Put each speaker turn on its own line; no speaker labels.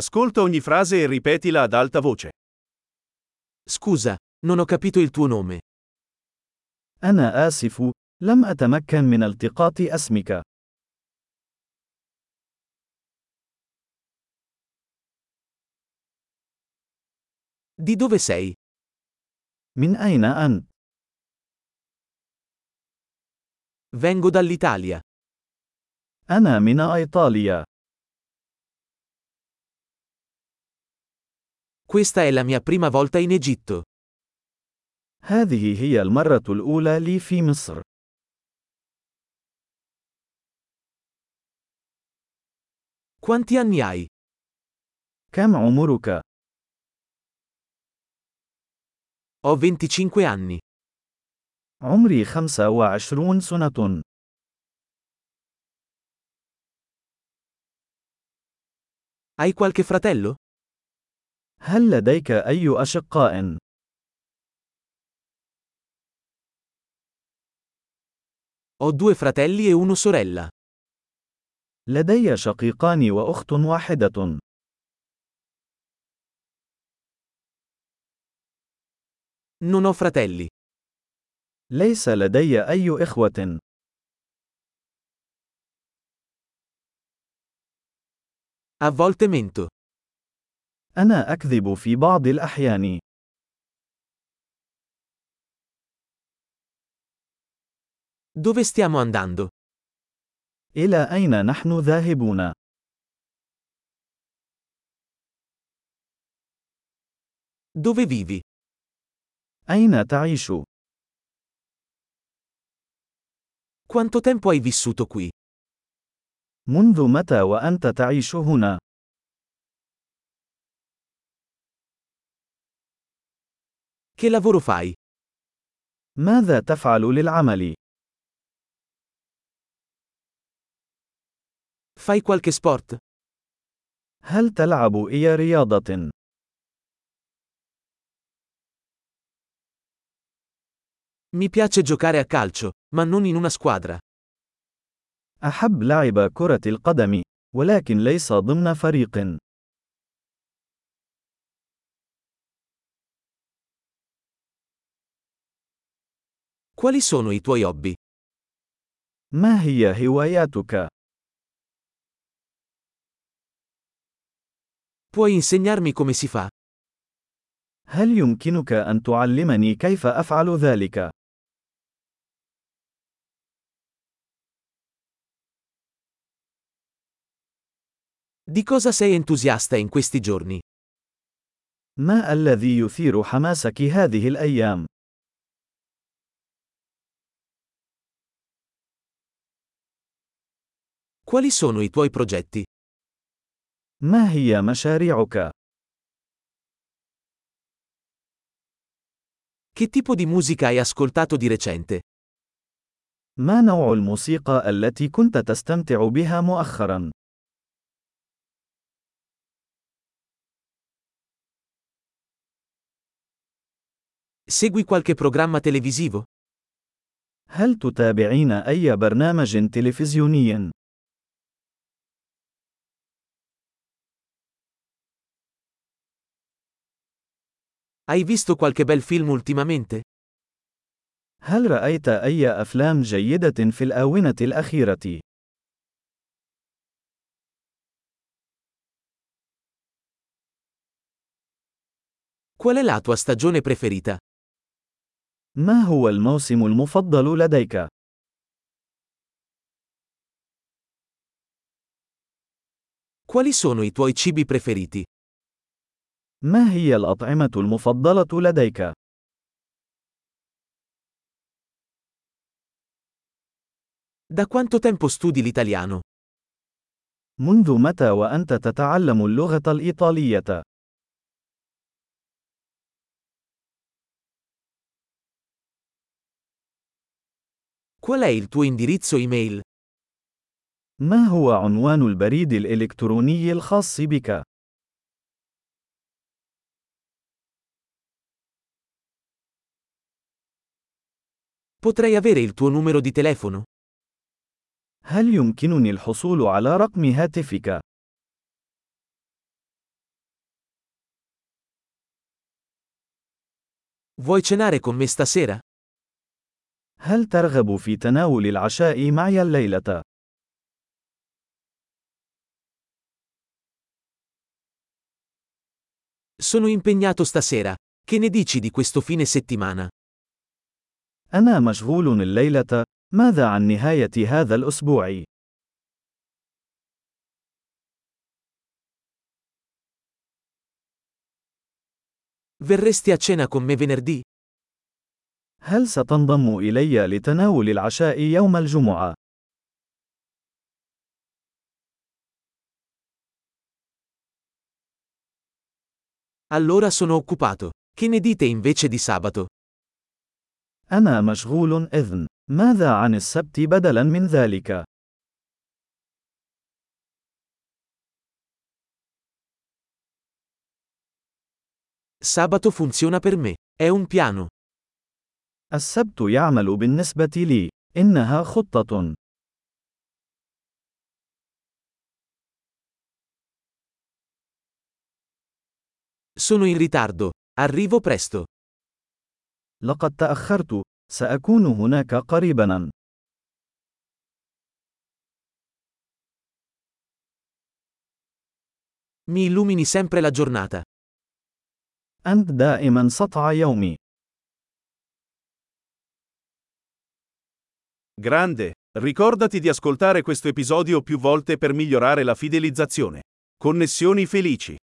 Ascolta ogni frase e ripetila ad alta voce.
Scusa, non ho capito il tuo nome.
أنا آسف، لم أتمكن من التقاط اسمك.
Di dove sei?
من أين أنت؟
Vengo dall'Italia.
أنا من إيطاليا.
Questa è la mia prima volta in Egitto.
هذه هي المرة الأولى لي في مصر.
Quanti anni hai?
كم عمرك؟
Ho 25 anni.
عمري 25 سنة.
Hai qualche fratello?
هل لديك أي أشقاء؟
Ho due fratelli e una sorella.
لدي شقيقان وأخت واحدة.
Non ho fratelli.
ليس لدي أي إخوة.
A volte mento.
أنا أكذب في بعض الأحيان.
Dove stiamo andando?
إلى أين نحن ذاهبون؟
Dove vivi?
أين تعيش؟
Quanto tempo hai vissuto qui?
منذ متى وأنت تعيش هنا؟
Che lavoro fai?
ماذا تفعل للعمل؟
Fai qualche sport?
هل تلعب أي رياضة؟
Mi piace giocare a calcio, ma non in una squadra.
أحب لعب كرة القدم، ولكن ليس ضمن فريق.
Quali sono i tuoi hobby?
ما هي هواياتك؟
Puoi insegnarmi come si fa?
هل يمكنك أن تعلمني كيف أفعل ذلك؟
Di cosa sei entusiasta in questi giorni?
ما الذي يثير حماسك هذه الأيام؟
Quali sono i tuoi progetti?
ما هي مشاريعك؟
Che tipo di musica hai ascoltato di recente?
ما نوع الموسيقى التي كنت تستمتع بها مؤخرا؟
Segui qualche programma televisivo?
هل تتابعين أي برنامج تلفزيوني؟
Hai visto qualche bel film ultimamente?
هل رأيت أي أفلام جيدة في الآونة الأخيرة؟
Qual è la tua stagione preferita?
ما هو الموسم المفضل لديك؟
Quali sono i tuoi cibi preferiti?
ما هي الأطعمة المفضلة لديك؟
Da quanto tempo studi l'italiano?
منذ متى وأنت تتعلم اللغة الإيطالية؟
Qual è il tuo indirizzo email?
ما هو عنوان البريد الإلكتروني الخاص بك؟
Potrei avere il tuo numero di telefono?
هل يمكنني الحصول على رقم هاتفك؟
Vuoi cenare con me stasera?
هل ترغب في تناول العشاء معي الليلة؟
Sono impegnato stasera. Che ne dici di questo fine settimana?
أنا مشغول الليلة. ماذا عن نهاية هذا الأسبوع؟
Verresti a cena con me venerdì?
هل ستنضم إلي لتناول العشاء يوم الجمعة؟
Allora sono occupato. Che ne dite invece di sabato?
أنا مشغول إذن. ماذا عن السبت بدلا من ذلك؟
Sabato funziona per me. È un piano.
السبت يعمل بالنسبة لي. إنها خطة.
Sono in ritardo. Arrivo presto.
لقد تأخرت. سأكون هناك قريبا.
Mi illumini sempre la giornata.
أنت دائما سطع يومي.
Grande! Ricordati di ascoltare questo episodio più volte per migliorare la fidelizzazione. Connessioni felici!